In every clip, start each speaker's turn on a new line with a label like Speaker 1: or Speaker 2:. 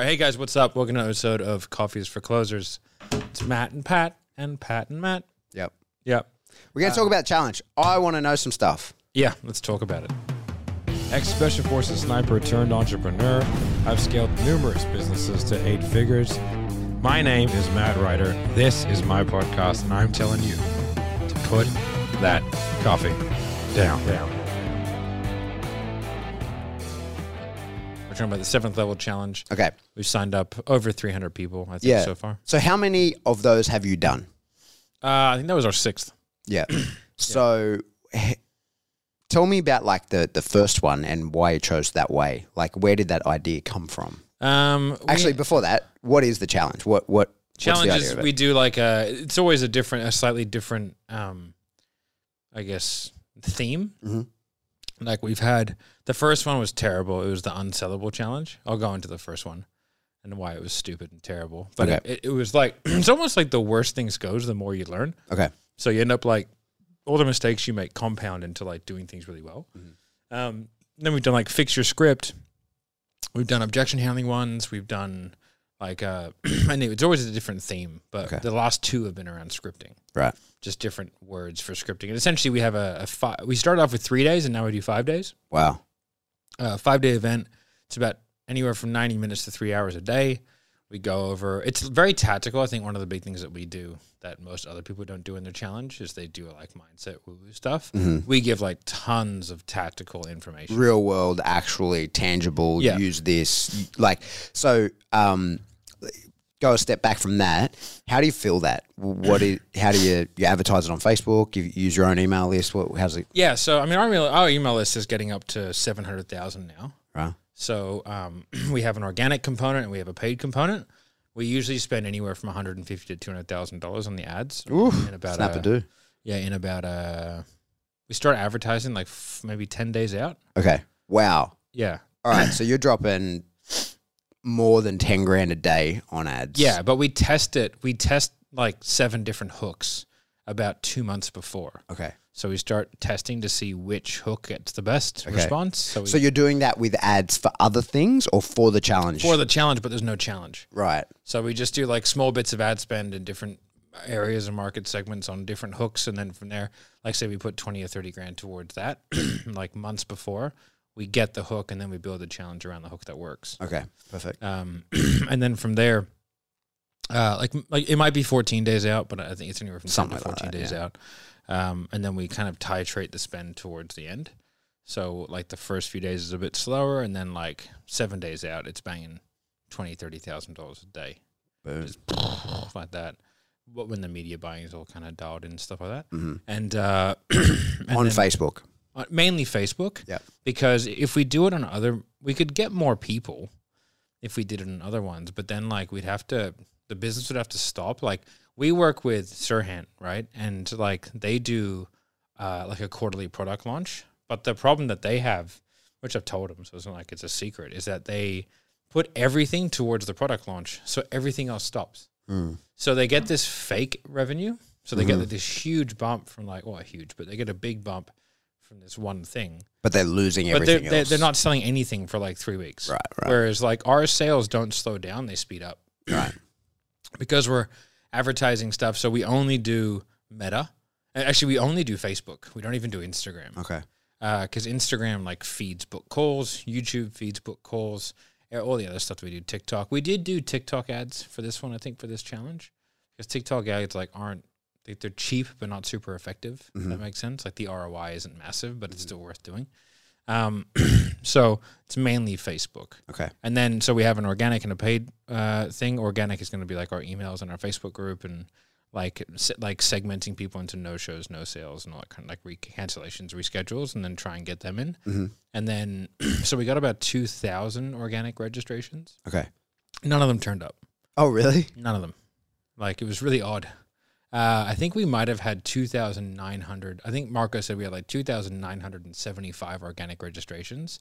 Speaker 1: Hey guys, what's up? Welcome to another episode of Coffees for Closers. It's Matt and Pat and Pat and Matt.
Speaker 2: Yep.
Speaker 1: Yep.
Speaker 2: We're
Speaker 1: Uh,
Speaker 2: going to talk about challenge. I want to know some stuff.
Speaker 1: Yeah, let's talk about it. Ex Special Forces sniper turned entrepreneur, I've scaled numerous businesses to eight figures. My name is Matt Ryder. This is my podcast, and I'm telling you to put that coffee down. Down. We're talking about the seventh level challenge.
Speaker 2: Okay.
Speaker 1: We've signed up over 300 people, I think,
Speaker 2: Yeah.
Speaker 1: so far.
Speaker 2: So how many of those have you done?
Speaker 1: Uh, I think that was our sixth.
Speaker 2: Yeah. so h- tell me about like the the first one and why you chose that way. Like where did that idea come from?
Speaker 1: Um, we-
Speaker 2: Actually, before that, what is the challenge? What what what's the idea
Speaker 1: challenges
Speaker 2: of it?
Speaker 1: we do like a. It's always a different, a slightly different, um, I guess theme.
Speaker 2: Mhm.
Speaker 1: Like we've had the first one was terrible. It was the unsellable challenge. I'll go into the first one and why it was stupid and terrible. But
Speaker 2: Okay.
Speaker 1: it, it was like it's almost like the worse things goes, the more you learn.
Speaker 2: Okay.
Speaker 1: So you end up like all the mistakes you make compound into like doing things really well. Um, then we've done like fix your script. We've done objection handling ones. We've done like uh, I knew it's always a different theme, but
Speaker 2: Okay.
Speaker 1: the last two have been around scripting,
Speaker 2: Right.
Speaker 1: just different words for scripting. And essentially, we have a, a fi- we started off with three days, and now we do five days.
Speaker 2: Wow.
Speaker 1: A five day uh, event. It's about anywhere from ninety minutes to three hours a day. We go over. It's very tactical. I think one of the big things that we do that most other people don't do in their challenge is they do like mindset woo woo stuff. We give like tons of tactical information.
Speaker 2: Real world, actually tangible,
Speaker 1: Yeah.
Speaker 2: use this. Like so um go a step back from that. How do you feel that? What do you- how do you you advertise it on Facebook? You use your own email list? What how's it
Speaker 1: Yeah, so I mean, our email, our email list is getting up to seven hundred thousand now.
Speaker 2: right?
Speaker 1: So um, we have an organic component and we have a paid component. We usually spend anywhere from one hundred and fifty to two hundred thousand dollars on the ads. in about
Speaker 2: Snap
Speaker 1: a-
Speaker 2: a do.
Speaker 1: yeah, in about uh, we start advertising like f- maybe ten days out.
Speaker 2: Okay. Wow.
Speaker 1: Yeah,
Speaker 2: All right. so you're dropping more than ten grand a day on ads.
Speaker 1: yeah, but we test it. We test like seven different hooks about two months before.
Speaker 2: Okay.
Speaker 1: So we start testing to see which hook gets the best
Speaker 2: Okay.
Speaker 1: response. So, we,
Speaker 2: So you're doing that with ads for other things or for the challenge?
Speaker 1: for the challenge, but there's no challenge.
Speaker 2: right.
Speaker 1: So we just do like small bits of ad spend in different areas and market segments on different hooks, and then from there, like say we put twenty or thirty grand towards that, like months before we get the hook, and then we build a challenge around the hook that works.
Speaker 2: Okay. Perfect.
Speaker 1: Um, and then from there, uh, like like it might be fourteen days out, but I think it's anywhere from something
Speaker 2: Something
Speaker 1: to
Speaker 2: like
Speaker 1: fourteen
Speaker 2: that,
Speaker 1: days out. Um, and then we kind of titrate the spend towards the end. So like the first few days is a bit slower, and then like seven days out, it's banging twenty thirty thousand dollars a day just like that. What when the media buying is all kind of dialed in and stuff like that,
Speaker 2: Mhm.
Speaker 1: and, uh, and
Speaker 2: on
Speaker 1: then-
Speaker 2: Facebook.
Speaker 1: uh, mainly Facebook.
Speaker 2: Yep.
Speaker 1: because if we do it on other, we could get more people if we did it on other ones. But then like we'd have to, the business would have to stop. Like we work with Sirhan, right, and like they do uh, like a quarterly product launch. But the problem that they have, which I've told them, so it's not like it's a secret, is that they put everything towards the product launch, so everything else stops. So they get this fake revenue. So they get this huge bump from like, well, huge, but they get a big bump from this one thing.
Speaker 2: But they're losing
Speaker 1: But they're,
Speaker 2: everything
Speaker 1: they're,
Speaker 2: else.
Speaker 1: they're not selling anything for like three weeks.
Speaker 2: Right, right.
Speaker 1: Whereas like our sales don't slow down, they speed up
Speaker 2: right.
Speaker 1: because we're advertising stuff. So we only do meta. A- Actually, we only do Facebook. We don't even do Instagram
Speaker 2: Okay.
Speaker 1: because Uh, Instagram like feeds book calls, YouTube feeds book calls, eh, all the other stuff that we do. TikTok, we did do TikTok ads for this one, I think, for this challenge because TikTok ads like aren't they- they're cheap but not super effective. If that makes sense. Like the ROI isn't massive, but it's still worth doing. Um, so it's mainly Facebook.
Speaker 2: Okay.
Speaker 1: And then, so we have an organic and a paid uh, thing. Organic is going to be like our emails and our Facebook group, and like se- like segmenting people into no shows, no sales, and all that kind of like re- cancellations, reschedules, and then try and get them in. And then, so we got about two thousand organic registrations.
Speaker 2: Okay.
Speaker 1: None of them turned up.
Speaker 2: Oh really?
Speaker 1: None of them. Like it was really odd. Uh, I think we might have had 2,900. I think Marco said we had like 2,975 organic registrations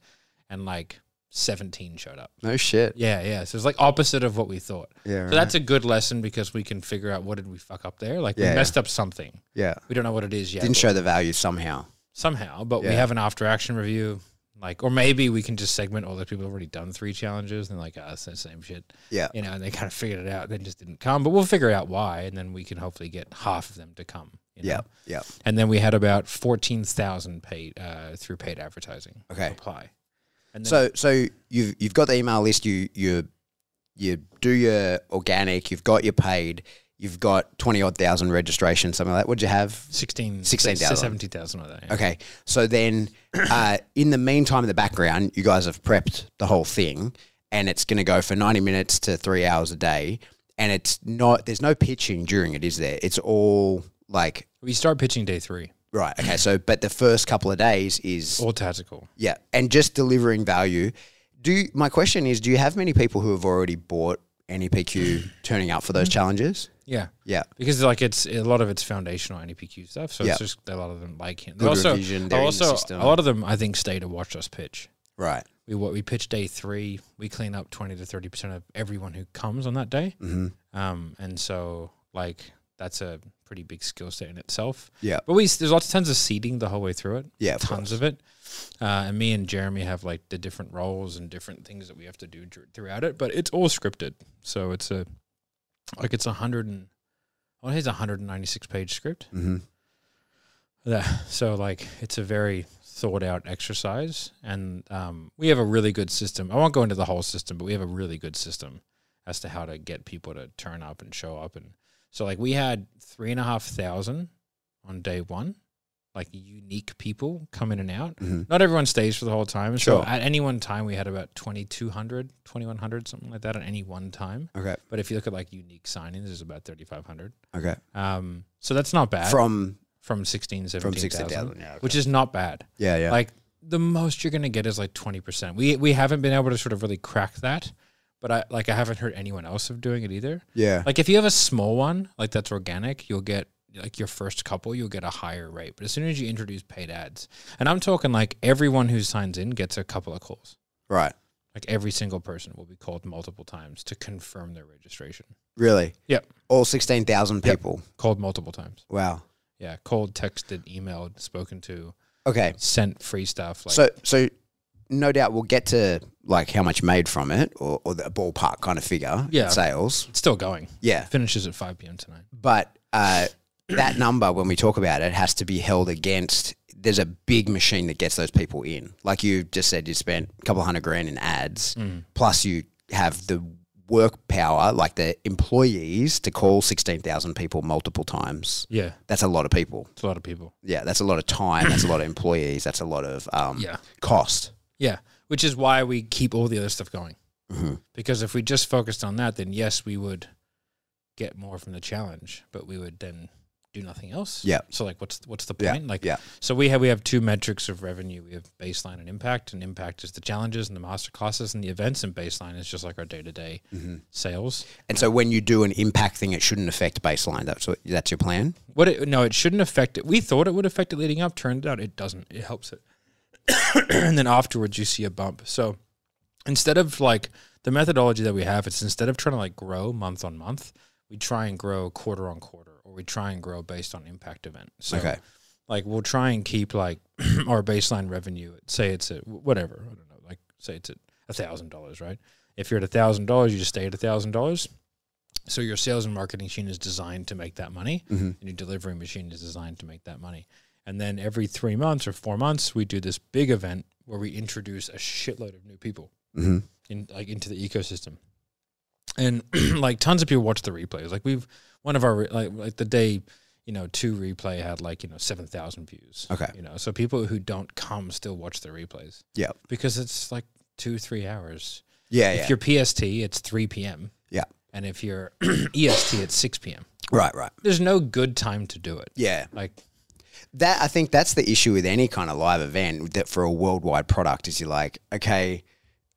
Speaker 1: and like 17 showed up.
Speaker 2: No shit.
Speaker 1: Yeah, yeah. So it's like opposite of what we thought.
Speaker 2: Yeah.
Speaker 1: So that's a good lesson because we can figure out what did we fuck up there. Like
Speaker 2: Yeah,
Speaker 1: we messed up something.
Speaker 2: yeah.
Speaker 1: We don't know what it is yet.
Speaker 2: Didn't
Speaker 1: but
Speaker 2: show the value somehow.
Speaker 1: somehow, but we
Speaker 2: Yeah.
Speaker 1: have an after action review. Like, or maybe we can just segment all those people who've already done three challenges and like, ah, it's the same shit,
Speaker 2: Yeah.
Speaker 1: you know, and they kind of figured it out, then just didn't come. But we'll figure out why, and then we can hopefully get half of them to come. You know?
Speaker 2: Yeah. Yeah.
Speaker 1: And then we had about fourteen thousand paid uh, through paid advertising
Speaker 2: Okay.
Speaker 1: apply. And then,
Speaker 2: So so you've you've got the email list. You you you do your organic. You've got your paid. You've got twenty odd thousand registrations, something like that. What'd you have?
Speaker 1: 16,
Speaker 2: 16,000.
Speaker 1: 17,000 or that. yeah.
Speaker 2: Okay, so then uh, in the meantime, in the background, you guys have prepped the whole thing, and it's going to go for ninety minutes to three hours a day. And it's not. There's no pitching during it, is there? It's all like
Speaker 1: We start pitching day three,
Speaker 2: right. Okay, so but the first couple of days is
Speaker 1: all tactical.
Speaker 2: Yeah, and just delivering value. Do you, my question is, do you have many people who have already bought NEPQ turning up for those
Speaker 1: Mm-hmm.
Speaker 2: challenges?
Speaker 1: Yeah.
Speaker 2: Yeah,
Speaker 1: because like it's a lot of it's foundational NEPQ stuff. So
Speaker 2: Yeah.
Speaker 1: it's just a lot of them like him.
Speaker 2: Good
Speaker 1: also,
Speaker 2: revision, they're in the
Speaker 1: also
Speaker 2: system.
Speaker 1: a lot of them I think stay to watch us pitch.
Speaker 2: right.
Speaker 1: We what we pitch day three. We clean up twenty to thirty percent of everyone who comes on that day.
Speaker 2: hmm
Speaker 1: Um, and so like that's a pretty big skill set in itself.
Speaker 2: Yeah,
Speaker 1: But we there's lots tons of seeding the whole way through it.
Speaker 2: yeah, of
Speaker 1: tons
Speaker 2: course.
Speaker 1: of it. Uh, and me and Jeremy have like the different roles and different things that we have to do dr- throughout it, but it's all scripted. So it's a like it's a hundred and well, here's a hundred and ninety six page script.
Speaker 2: hmm
Speaker 1: Yeah. So like it's a very thought out exercise, and um, we have a really good system. I won't go into the whole system, but we have a really good system as to how to get people to turn up and show up. And so like we had three and a half thousand on day one, like unique people come in and out.
Speaker 2: Mhm.
Speaker 1: Not everyone stays for the whole time.
Speaker 2: Sure.
Speaker 1: So at any one time, we had about 2,200, 2,100, something like that at any one time.
Speaker 2: Okay,
Speaker 1: But if you look at like unique signings, there's about 3,500.
Speaker 2: okay.
Speaker 1: Um, so that's not bad
Speaker 2: From
Speaker 1: from 16, 17,
Speaker 2: from sixteen thousand. Yeah,
Speaker 1: which is not bad.
Speaker 2: yeah, yeah.
Speaker 1: Like the most you're going to get is like 20%. We we haven't been able to sort of really crack that, but I like I haven't heard anyone else of doing it either.
Speaker 2: yeah,
Speaker 1: Like if you have a small one, like that's organic, you'll get like your first couple, you'll get a higher rate. But as soon as you introduce paid ads, and I'm talking like everyone who signs in gets a couple of calls.
Speaker 2: right.
Speaker 1: Like every single person will be called multiple times to confirm their registration.
Speaker 2: Really.
Speaker 1: Yep.
Speaker 2: All sixteen thousand
Speaker 1: Yep.
Speaker 2: people.
Speaker 1: Called multiple times.
Speaker 2: Wow.
Speaker 1: Yeah. Called, texted, emailed, spoken to,
Speaker 2: Okay.
Speaker 1: sent free stuff. Like
Speaker 2: so so no doubt we'll get to like how much made from it or, or the ballpark kind of figure.
Speaker 1: Yeah.
Speaker 2: Sales.
Speaker 1: it's still going.
Speaker 2: Yeah.
Speaker 1: Finishes at 5 p.m. tonight.
Speaker 2: but uh, that number when we talk about it has to be held against there's a big machine that gets those people in like you just said you spent a couple hundred grand in ads
Speaker 1: Mm.
Speaker 2: plus you have the work power like the employees to call 16,000 people multiple times
Speaker 1: Yeah.
Speaker 2: that's a lot of people
Speaker 1: It's a lot of people.
Speaker 2: yeah that's a lot of time that's a lot of employees that's a lot of um,
Speaker 1: Yeah.
Speaker 2: cost
Speaker 1: Yeah. Which is why we keep all the other stuff going.
Speaker 2: Mhm.
Speaker 1: Because if we just focused on that, then yes, we would get more from the challenge, but we would then do nothing else.
Speaker 2: Yeah.
Speaker 1: So like what's what's the
Speaker 2: Yeah,
Speaker 1: point? Like
Speaker 2: yeah.
Speaker 1: so we have we have two metrics of revenue. We have baseline and impact, and impact is the challenges and the master classes and the events and baseline is just like our day to day
Speaker 2: Mm-hmm.
Speaker 1: sales.
Speaker 2: and so when you do an impact thing it shouldn't affect baseline that's what that's your plan
Speaker 1: What it, no, it shouldn't affect it. We thought it would affect it leading up. Turned out it doesn't. It helps it. and then afterwards, you see a bump. So instead of like the methodology that we have, it's instead of trying to like grow month on month, we try and grow quarter on quarter, or we try and grow based on impact event. So
Speaker 2: Okay.
Speaker 1: like we'll try and keep like our baseline revenue. at- Say it's at whatever I don't know. Like say it's at a thousand dollars, right? If you're at a thousand dollars, you just stay at a thousand dollars. So your sales and marketing machine is designed to make that money, and your delivery machine is designed to make that money. And then every three months or four months, we do this big event where we introduce a shitload of new people
Speaker 2: mm-hmm.
Speaker 1: in like into the ecosystem. And like tons of people watch the replays. Like we've one of our re- like like the day you know two replay had like you know seven thousand views.
Speaker 2: Okay.
Speaker 1: you know so people who don't come still watch the replays.
Speaker 2: Yeah.
Speaker 1: because it's like two three hours.
Speaker 2: yeah
Speaker 1: if
Speaker 2: yeah
Speaker 1: you're PST, it's three p.m.
Speaker 2: Yeah.
Speaker 1: and if you're EST, it's six p.m.
Speaker 2: right right
Speaker 1: There's no good time to do it.
Speaker 2: yeah
Speaker 1: Like
Speaker 2: that I think that's the issue with any kind of live event that for a worldwide product is you're like, okay,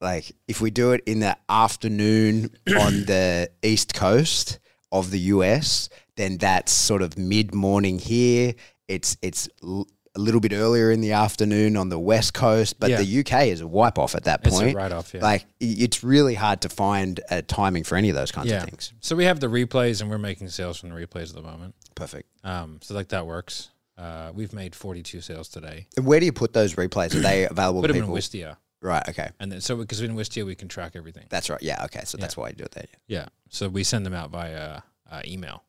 Speaker 2: like if we do it in the afternoon on the east coast of the US, then that's sort of mid morning here. It's it's l- a little bit earlier in the afternoon on the west coast, but
Speaker 1: Yeah.
Speaker 2: the UK is a wipe off at that
Speaker 1: it's
Speaker 2: point.
Speaker 1: a write off. Yeah.
Speaker 2: Like i- it's really hard to find a timing for any of those kinds
Speaker 1: yeah.
Speaker 2: of things.
Speaker 1: So we have the replays, and we're making sales from the replays at the moment.
Speaker 2: Perfect.
Speaker 1: Um, so like that works. Uh, we've made 42 sales today.
Speaker 2: And where do you put those replays? Are they available
Speaker 1: Put
Speaker 2: to
Speaker 1: them in
Speaker 2: people?
Speaker 1: Wistia.
Speaker 2: right. Okay.
Speaker 1: And then, so because in Wistia, we can track everything.
Speaker 2: That's right. Yeah. Okay. So that's why you do it there.
Speaker 1: Yeah. So we send them out via uh, email.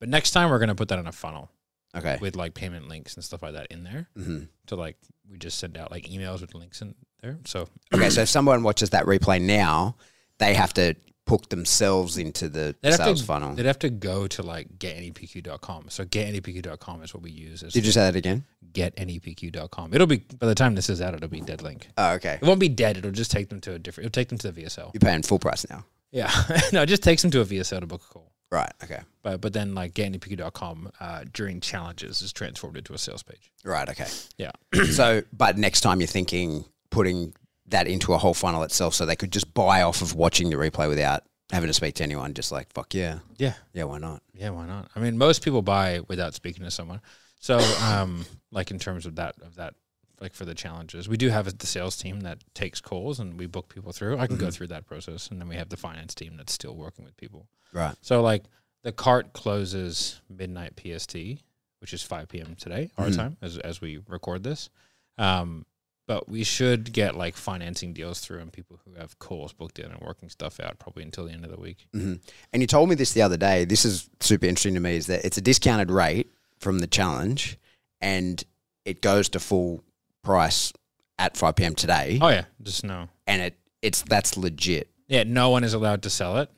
Speaker 1: But next time, we're going to put that in a funnel
Speaker 2: Okay.
Speaker 1: with like payment links and stuff like that in there
Speaker 2: hmm
Speaker 1: to like, we just send out like emails with links in there. So
Speaker 2: Okay. So if someone watches that replay now, they have to hook themselves into the
Speaker 1: They'd have to-
Speaker 2: sales funnel.
Speaker 1: they'd have to go to like getanepq.com. So getanepq.com is what we use as
Speaker 2: Did you say that again?
Speaker 1: getanepq.com. It'll be, by the time this is out, it'll be dead link.
Speaker 2: Oh, okay.
Speaker 1: It won't be dead. It'll just take them to a different, it'll take them to the VSL.
Speaker 2: You're paying full price now.
Speaker 1: Yeah. no, it just takes them to a VSL to book a call.
Speaker 2: Right. Okay.
Speaker 1: But but then like GandyPQ.com uh, during challenges is transformed into a sales page.
Speaker 2: Right. Okay.
Speaker 1: Yeah.
Speaker 2: so, but next time you're thinking putting that into a whole funnel itself, so they could just buy off of watching the replay without having to speak to anyone. Just like fuck yeah,
Speaker 1: Yeah.
Speaker 2: yeah, why not?
Speaker 1: Yeah, why not? I mean most people buy without speaking to someone. So um like in terms of that of that like for the challenges. We do have the sales team that takes calls and we book people through. I can go through that process and then we have the finance team that's still working with people.
Speaker 2: Right.
Speaker 1: So like the cart closes midnight PST, which is 5 p.m. today our
Speaker 2: Mhm.
Speaker 1: time as as we record this. Um, but we should get like financing deals through and people who have calls booked in and working stuff out probably until the end of the week.
Speaker 2: hmm And you told me this the other day. This is super interesting to me. Is that it's a discounted rate from the challenge, and it goes to full price at 5 p.m. today,
Speaker 1: Oh yeah, just no.
Speaker 2: and it it's that's legit.
Speaker 1: Yeah, no one is allowed to sell it.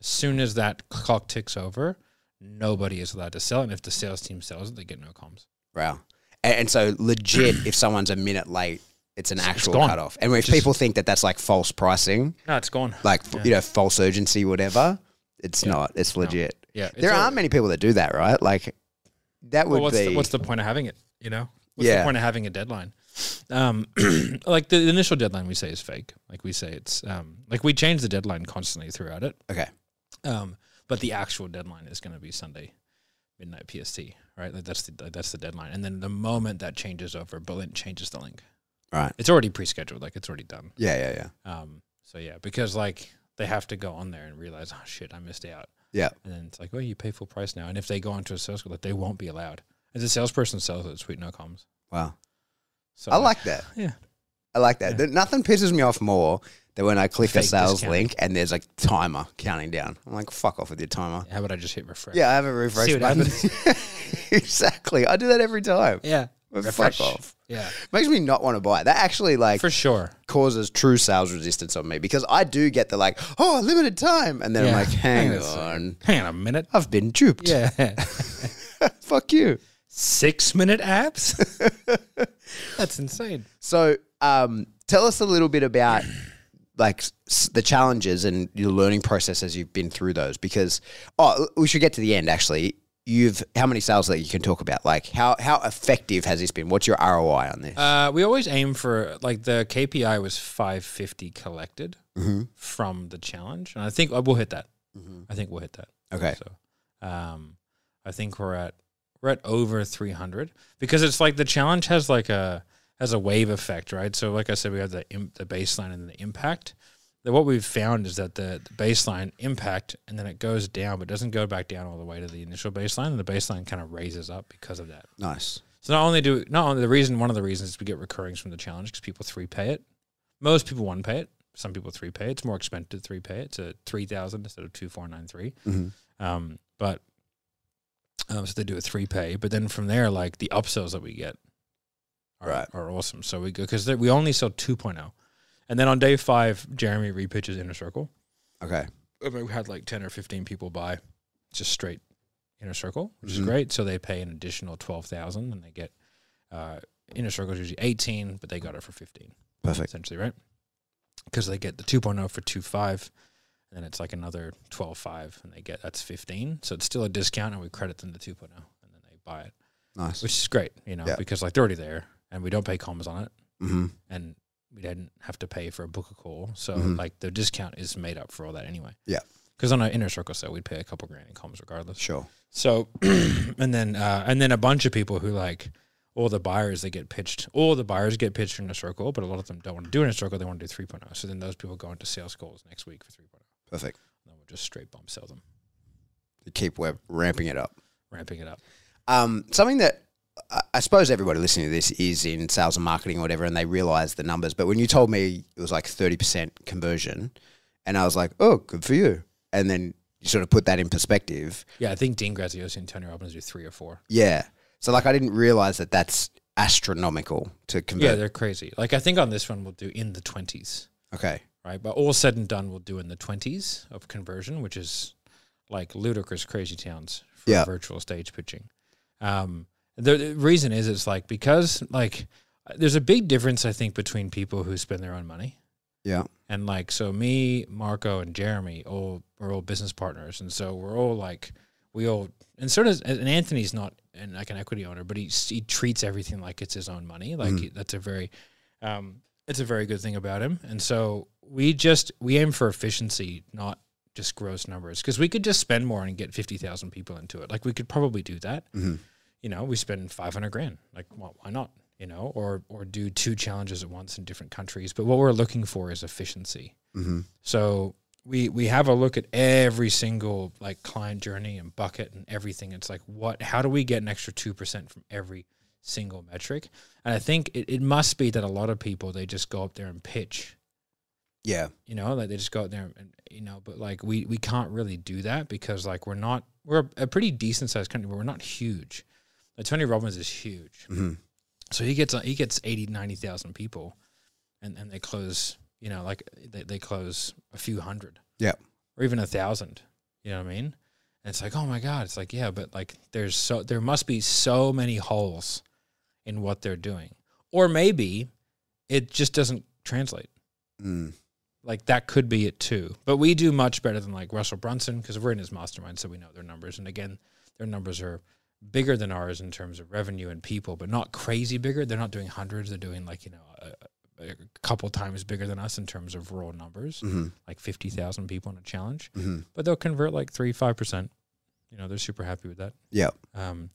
Speaker 1: As soon as that clock ticks over, nobody is allowed to sell it. And if the sales team sells it, they get no comms.
Speaker 2: Wow. And, and so legit, if someone's a minute late, it's an actual
Speaker 1: gone.
Speaker 2: cutoff. And if
Speaker 1: Just-
Speaker 2: people think that that's like false pricing,
Speaker 1: No, it's gone.
Speaker 2: like f you know false urgency, whatever, it's not. It's legit.
Speaker 1: Yeah, it's
Speaker 2: there
Speaker 1: all-
Speaker 2: are many people that do that, right? Like that would
Speaker 1: well, what's
Speaker 2: be
Speaker 1: the, what's the point of having it? You know, what's
Speaker 2: Yeah.
Speaker 1: the point of having a deadline? Um, like the initial deadline we say is fake. Like we say it's um, like we change the deadline constantly throughout it.
Speaker 2: okay.
Speaker 1: Um, but the actual deadline is going to be Sunday midnight PST, right? Like that's the that's the deadline. And then the moment that changes over, Berlin changes the link.
Speaker 2: Right.
Speaker 1: It's already pre-scheduled. Like it's already done.
Speaker 2: Yeah, yeah, yeah.
Speaker 1: Um, so yeah, because like they have to go on there and realize, oh shit, I missed out.
Speaker 2: Yeah.
Speaker 1: And then it's like, well, you pay full price now. And if they go onto a sales call, like they won't be allowed. As a salesperson sells it, sweet no comms.
Speaker 2: Wow.
Speaker 1: So
Speaker 2: I like that.
Speaker 1: yeah.
Speaker 2: I like that. There- Nothing pisses me off more than when I click a
Speaker 1: Fake
Speaker 2: sales
Speaker 1: discount.
Speaker 2: link and there's a timer counting down. I'm like, fuck off with your timer.
Speaker 1: How about I just hit refresh?
Speaker 2: Yeah, I have a refresh
Speaker 1: See what
Speaker 2: button. exactly. I do that every time.
Speaker 1: Yeah.
Speaker 2: Well,
Speaker 1: Refresh.
Speaker 2: Fuck off.
Speaker 1: Yeah.
Speaker 2: Makes me not want to buy. it. That actually like
Speaker 1: For sure.
Speaker 2: causes true sales resistance on me because I do get the like, oh, limited time, and then I'm
Speaker 1: Yeah.
Speaker 2: like, hang
Speaker 1: Hang on a second.
Speaker 2: on,
Speaker 1: Hang on a minute.
Speaker 2: I've been duped.
Speaker 1: Yeah.
Speaker 2: fuck you.
Speaker 1: Six minute apps? That's insane.
Speaker 2: So, um, tell us a little bit about like s- the challenges and your learning process as you've been through those. Because oh, we should get to the end actually. You've how many sales that you can talk about? Like how how effective has this been? What's your ROI on this?
Speaker 1: Uh, we always aim for like the KPI was 550 collected from the challenge, and I think uh, we'll hit that. I think we'll hit that.
Speaker 2: Okay.
Speaker 1: So, um, I think we're at we're at over 300 because it's like the challenge has like a has a wave effect, right? So, like I said, we have the im- the baseline and then the impact. Then what we've found is that the, the baseline impact and then it goes down, but doesn't go back down all the way to the initial baseline, and the baseline kind of raises up because of that.
Speaker 2: Nice.
Speaker 1: So not only do not only the reason one of the reasons is we get recurrings from the challenge because people three pay it. Most people one pay it. Some people three pay it. It's more expensive to three pay it. It's a three thousand instead of two four nine three.
Speaker 2: Mhm.
Speaker 1: Um, but um, so they do a three pay. But then from there, like the upsells that we get are,
Speaker 2: Right.
Speaker 1: are awesome. So we go because we only sell 2.0. and then on day five, Jeremy repitches inner circle.
Speaker 2: Okay.
Speaker 1: I mean, we had like 10 or 15 people buy just straight inner circle, which
Speaker 2: Mhm.
Speaker 1: is great. So they pay an additional 12,000 and they get uh, inner circle is usually 18, but they got it for 15
Speaker 2: Perfect.
Speaker 1: essentially, right? Because they get the 2.0 for 2.5 and then it's like another 12.5 and they get that's 15. So it's still a discount and we credit them the 2.0 and then they buy it,
Speaker 2: Nice.
Speaker 1: which is great, you know,
Speaker 2: Yeah.
Speaker 1: because like they're already there and we don't pay comms on it
Speaker 2: hmm
Speaker 1: and we didn't have to pay for a book a call. So
Speaker 2: Mhm.
Speaker 1: like the discount is made up for all that anyway.
Speaker 2: Yeah.
Speaker 1: Because on an inner circle sale, we'd pay a couple grand in comms regardless.
Speaker 2: Sure.
Speaker 1: So and then uh, and then a bunch of people who like all the buyers that get pitched, all the buyers get pitched in a circle, but a lot of them don't want to do in a circle. They want to do 3.0. So then those people go into sales calls next week for 3.0.
Speaker 2: Perfect.
Speaker 1: And then we'll just straight bump sell them,
Speaker 2: Keep web ramping it up.
Speaker 1: ramping it up.
Speaker 2: Um, something that I- I suppose everybody listening to this is in sales and marketing or whatever, and they realize the numbers. But when you told me it was like 30% conversion, and I was like, oh, good for you. And then you sort of put that in perspective.
Speaker 1: Yeah, I think Dean Graziosi and Tony Robbins do three or four.
Speaker 2: Yeah. So, like, I didn't realize that that's astronomical to
Speaker 1: Yeah,
Speaker 2: convert.
Speaker 1: they're crazy. Like I think on this one we'll do in the twenties,
Speaker 2: Okay.
Speaker 1: right? But all said and done, we'll do in the twenties of conversion, which is like ludicrous, crazy towns for
Speaker 2: Yeah.
Speaker 1: virtual stage pitching. Um, the, the reason is it's like because like there's a big difference I think between people who spend their own money
Speaker 2: Yeah.
Speaker 1: and like so me, Marco, and Jeremy all we're all business partners, and so we're all like we all and sort of and Anthony's not an like an equity owner, but he he treats everything like it's his own money. Like that's a very um, it's a very good thing about him. And so we just we aim for efficiency, not just gross numbers, because we could just spend more and get fifty thousand people into it. Like we could probably do that. You know, we spend five hundred grand. Like why, why not? You know, or or do two challenges at once in different countries. But what we're looking for is efficiency.
Speaker 2: Mm-hmm.
Speaker 1: So we we have a look at every single like client journey and bucket and everything. It's like what how do we get an extra two percent from every single metric? And I think it, it must be that a lot of people they just go up there and pitch.
Speaker 2: Yeah.
Speaker 1: You know, like they just go out there and you know, but like we we can't really do that because like we're not we're a pretty decent sized country, but we're not huge. Like Tony Robbins is huge.
Speaker 2: Mhm.
Speaker 1: So he gets he gets 80 90,000 people and and they close, you know, like they, they close a few hundred
Speaker 2: Yeah.
Speaker 1: or even a thousand. You know what I mean? And it's like, oh my god! It's like, yeah, but like, there's so there must be so many holes in what they're doing, or maybe it just doesn't translate.
Speaker 2: Mm.
Speaker 1: Like that could be it too. But we do much better than like Russell Brunson because we're in his mastermind, so we know their numbers. And again, their numbers are bigger than ours in terms of revenue and people, but not crazy bigger. They're not doing hundreds. They're doing like you know a, a couple times bigger than us in terms of raw numbers,
Speaker 2: Mm-hmm.
Speaker 1: like fifty thousand people in a challenge
Speaker 2: Mhm.
Speaker 1: but they'll convert like three five percent. You know, they're super happy with that.
Speaker 2: Yeah.
Speaker 1: Um,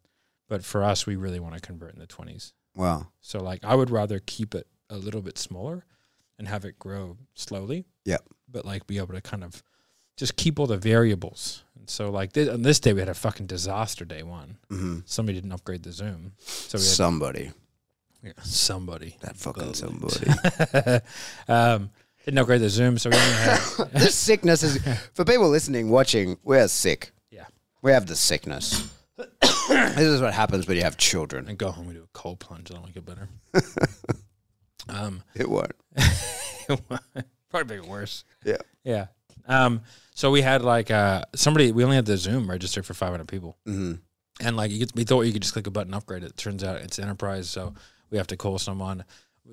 Speaker 1: but for us, we really want to convert in the twenties.
Speaker 2: Wow.
Speaker 1: So like, I would rather keep it a little bit smaller and have it grow slowly.
Speaker 2: Yeah.
Speaker 1: But like, be able to kind of just keep all the variables. And so like, this, on this day we had a fucking disaster day one.
Speaker 2: hmm
Speaker 1: Somebody didn't upgrade the Zoom, so we had
Speaker 2: Somebody.
Speaker 1: yeah, somebody.
Speaker 2: That fucking
Speaker 1: Bullied.
Speaker 2: somebody.
Speaker 1: um, didn't upgrade the Zoom, so we only had
Speaker 2: this sickness is for people listening, watching. We're sick.
Speaker 1: yeah.
Speaker 2: We have the sickness. this is what happens when you have children.
Speaker 1: And go home and do a cold plunge. That'll make it better. um,
Speaker 2: It won't.
Speaker 1: probably make it worse.
Speaker 2: Yeah.
Speaker 1: Yeah. Um, so we had like uh, somebody. We only had the Zoom registered for 500 people,
Speaker 2: Mm-hmm.
Speaker 1: and like you could, we thought you could just click a button upgrade it. Turns out it's enterprise, so we have to call someone.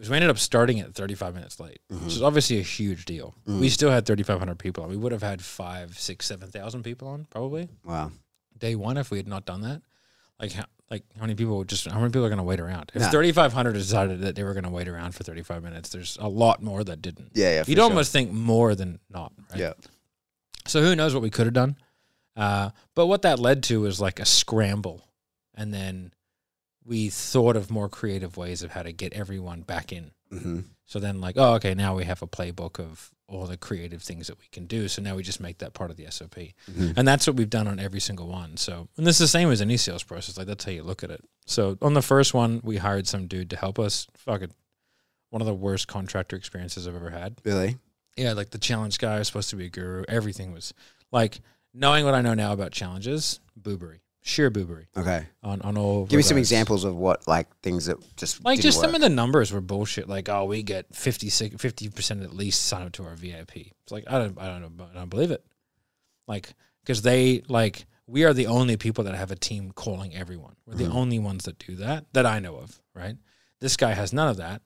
Speaker 1: So we ended up starting at 35 minutes late, which is obviously a huge deal. We still had 3,500 people on. We would have had five, six, seven thousand people on probably
Speaker 2: Wow.
Speaker 1: day one if we had not done that. Like how, like how many people would just how many people are going to wait around? If
Speaker 2: Nah.
Speaker 1: 3,500 decided that they were going to wait around for 35 minutes, there's a lot more that didn't.
Speaker 2: Yeah. Yeah. for
Speaker 1: You'd
Speaker 2: sure.
Speaker 1: almost think more than not. Right?
Speaker 2: Yeah.
Speaker 1: So who knows what we could have done? Uh, but what that led to was like a scramble, and then we thought of more creative ways of how to get everyone back in.
Speaker 2: Mm-hmm.
Speaker 1: So then, like, oh, okay, now we have a playbook of all the creative things that we can do. So now we just make that part of the SOP,
Speaker 2: Mhm.
Speaker 1: and that's what we've done on every single one. So, and this is the same as any sales process. Like that's how you look at it. So on the first one, we hired some dude to help us. Fucking one of the worst contractor experiences I've ever had
Speaker 2: Really?
Speaker 1: yeah, like the challenge guy was supposed to be a guru. Everything was like knowing what I know now about challenges, boobery, sheer boobery
Speaker 2: Okay.
Speaker 1: on on all.
Speaker 2: Give me some
Speaker 1: regards.
Speaker 2: examples of what like things that just
Speaker 1: Like
Speaker 2: didn't
Speaker 1: just
Speaker 2: work.
Speaker 1: some of the numbers were bullshit. Like oh, we get 50 percent at least sign up to our VIP. It's like I don't I don't know, I don't believe it. Like because they like we are the only people that have a team calling everyone. We're
Speaker 2: Hmm.
Speaker 1: the only ones that do that that I know of. Right? This guy has none of that,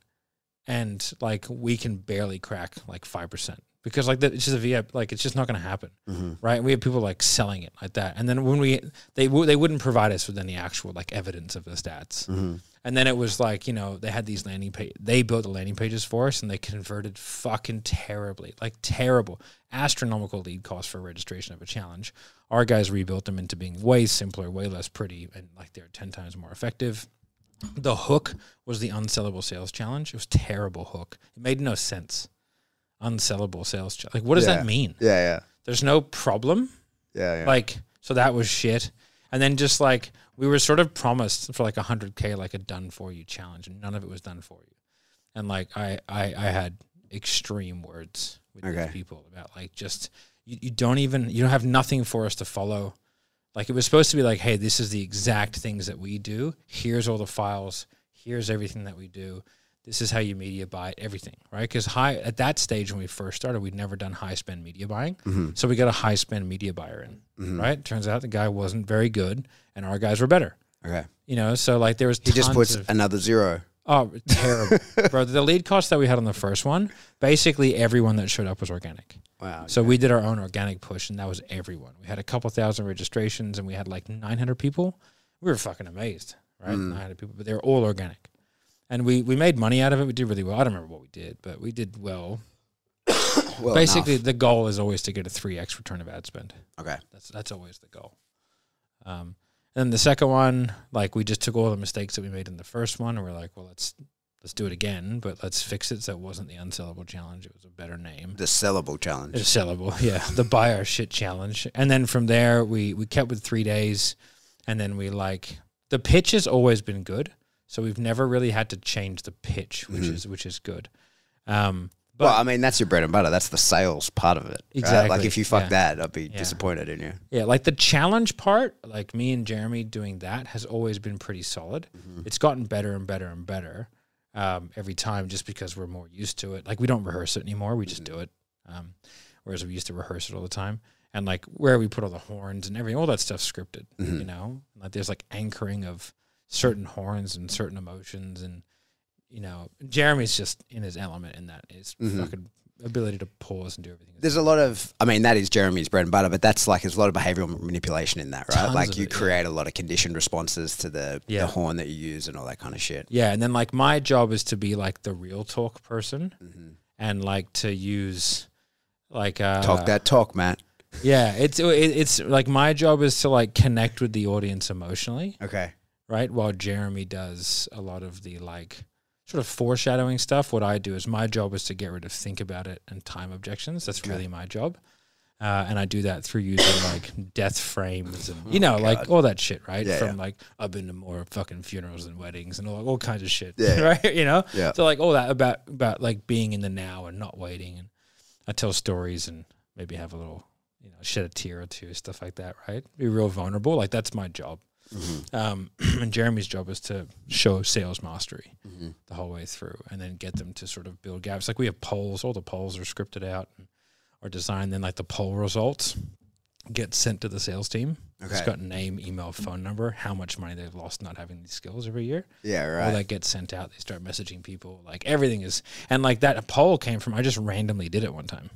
Speaker 1: and like we can barely crack like five percent because like that it's just a VIP. Like it's just not going to happen
Speaker 2: Mhm.
Speaker 1: right? We had people like selling it like that, and then when we they w- they wouldn't provide us with any actual like evidence of the stats,
Speaker 2: Mhm.
Speaker 1: and then it was like you know they had these landing page they built the landing pages for us, and they converted fucking terribly, like terrible, astronomical lead cost for registration of a challenge. Our guys rebuilt them into being way simpler, way less pretty, and like they're ten times more effective. The hook was the unsellable sales challenge. It was terrible hook. It made no sense. Unsellable sales. Ch- like, what does
Speaker 2: Yeah.
Speaker 1: that mean?
Speaker 2: Yeah.
Speaker 1: There's no problem.
Speaker 2: Yeah. Yeah. Yeah.
Speaker 1: Like, so that was shit. And then just like we were sort of promised for like 100k like a done for you challenge and none of it was done for you and like i i, I had extreme words with
Speaker 2: Okay.
Speaker 1: these people about like just you, you don't even you don't have nothing for us to follow like it was supposed to be like hey this is the exact things that we do here's all the files here's everything that we do this is how you media buy everything right because high at that stage when we first started we'd never done high spend media buying
Speaker 2: Mm-hmm.
Speaker 1: so we got a high spend media buyer in right turns out the guy wasn't very good and our guys were better
Speaker 2: Okay.
Speaker 1: you know so like there was
Speaker 2: He just
Speaker 1: tons
Speaker 2: puts
Speaker 1: of-
Speaker 2: another zero.
Speaker 1: Oh, terrible, bro! The lead cost that we had on the first one, basically everyone that showed up was organic.
Speaker 2: Wow.
Speaker 1: So we did our own organic push, and that was everyone. We had a couple thousand registrations, and we had like 900 people. We were fucking amazed, right? 900 people, but they were all organic, and we we made money out of it. We did really well. I don't remember what we did, but we did well.
Speaker 2: Well
Speaker 1: basically, the goal is always to get a three x return of ad spend.
Speaker 2: enough. Okay.
Speaker 1: That's that's always the goal. Um, and then the second one, like we just took all the mistakes that we made in the first one, and we're like, well, let's let's do it again, but let's fix it so it wasn't the unsellable challenge; it was a better name.
Speaker 2: The sellable challenge.
Speaker 1: It's sellable, yeah. The buy our shit challenge, and then from there we we kept with three days, and then we like the pitch has always been good, so we've never really had to change the pitch, which is which is good. Um, but
Speaker 2: well, I mean, that's your bread and butter. That's the sales part of it. right? Like
Speaker 1: Exactly,
Speaker 2: if you fuck
Speaker 1: yeah.
Speaker 2: that, I'd be disappointed in you.
Speaker 1: Yeah, like the challenge part, like me and Jeremy doing that has always been pretty solid. It's gotten better and better and better um, every time just because we're more used to it. Like we don't rehearse it anymore, we just do it. Um, whereas we used to rehearse it all the time. And like where we put all the horns and everything, all that stuff's scripted, you know? Like there's like anchoring of certain horns and certain emotions. And, you know, Jeremy's just in his element in that his fucking ability to pause and do everything. is
Speaker 2: There's a lot of, I mean, that is Jeremy's bread and butter, but that's like, there's a lot of behavioral manipulation in that, right?
Speaker 1: Tons
Speaker 2: like
Speaker 1: of
Speaker 2: you
Speaker 1: it, yeah.
Speaker 2: create a lot of conditioned responses to the, the
Speaker 1: Yeah.
Speaker 2: horn that you use and all that kind of shit.
Speaker 1: Yeah, and then like my job is to be like the real talk person,
Speaker 2: Mm-hmm.
Speaker 1: and like to use like uh,
Speaker 2: Talk that talk, Matt.
Speaker 1: Yeah, it's it, it's like my job is to like connect with the audience emotionally,
Speaker 2: Okay.
Speaker 1: right? While Jeremy does a lot of the like sort of foreshadowing stuff. What I do is my job is to get rid of think about it and time objections. That's really my job. Uh, and I do that through using like death frames and you know like all that shit, right?
Speaker 2: Oh Yeah,
Speaker 1: From
Speaker 2: yeah.
Speaker 1: like I've been to more fucking funerals and weddings and all all kinds of shit,
Speaker 2: Yeah, yeah.
Speaker 1: right? You know,
Speaker 2: Yeah.
Speaker 1: So like all that about about like being in the now and not waiting. And I tell stories and maybe have a little, you know, shed a tear or two, stuff like that, right? Be real vulnerable. Like that's my job.
Speaker 2: Mm-hmm.
Speaker 1: Um, and Jeremy's job is to show sales mastery
Speaker 2: Mm-hmm.
Speaker 1: the whole way through, and then get them to sort of build gaps. Like we have polls; all the polls are scripted out and are designed. Then like the poll results get sent to the sales team. It's
Speaker 2: Okay.
Speaker 1: got name, email, phone number, how much money they've lost not having these skills every year.
Speaker 2: Yeah,
Speaker 1: All
Speaker 2: right.
Speaker 1: that gets sent out. They start messaging people. Like everything is, and like that poll came from. I just randomly did it one time.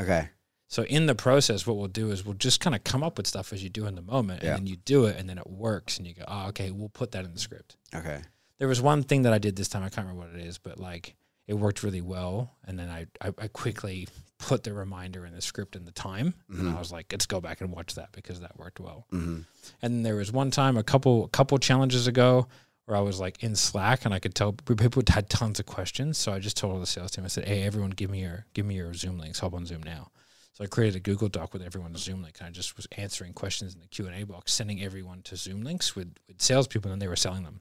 Speaker 2: okay.
Speaker 1: So in the process, what we'll do is we'll just kind of come up with stuff as you do in the moment,
Speaker 2: Yeah.
Speaker 1: and then you do it, and then it works, and you go, "Oh, okay, we'll put that in the script."
Speaker 2: Okay.
Speaker 1: There was one thing that I did this time. I can't remember what it is, but like it worked really well, and then I I, I quickly put the reminder in the script and the time, and I was like, "Let's go back and watch that because that worked well."
Speaker 2: Mhm.
Speaker 1: And there was one time a couple a couple challenges ago where I was like in Slack and I could tell people had tons of questions. So I just told all the sales team, I said, Hey, everyone give me your give me your Zoom links. Hop on Zoom now. So I created a Google Doc with everyone's Zoom link and I just was answering questions in the Q and A box, sending everyone to Zoom links with, with salespeople and then they were selling them.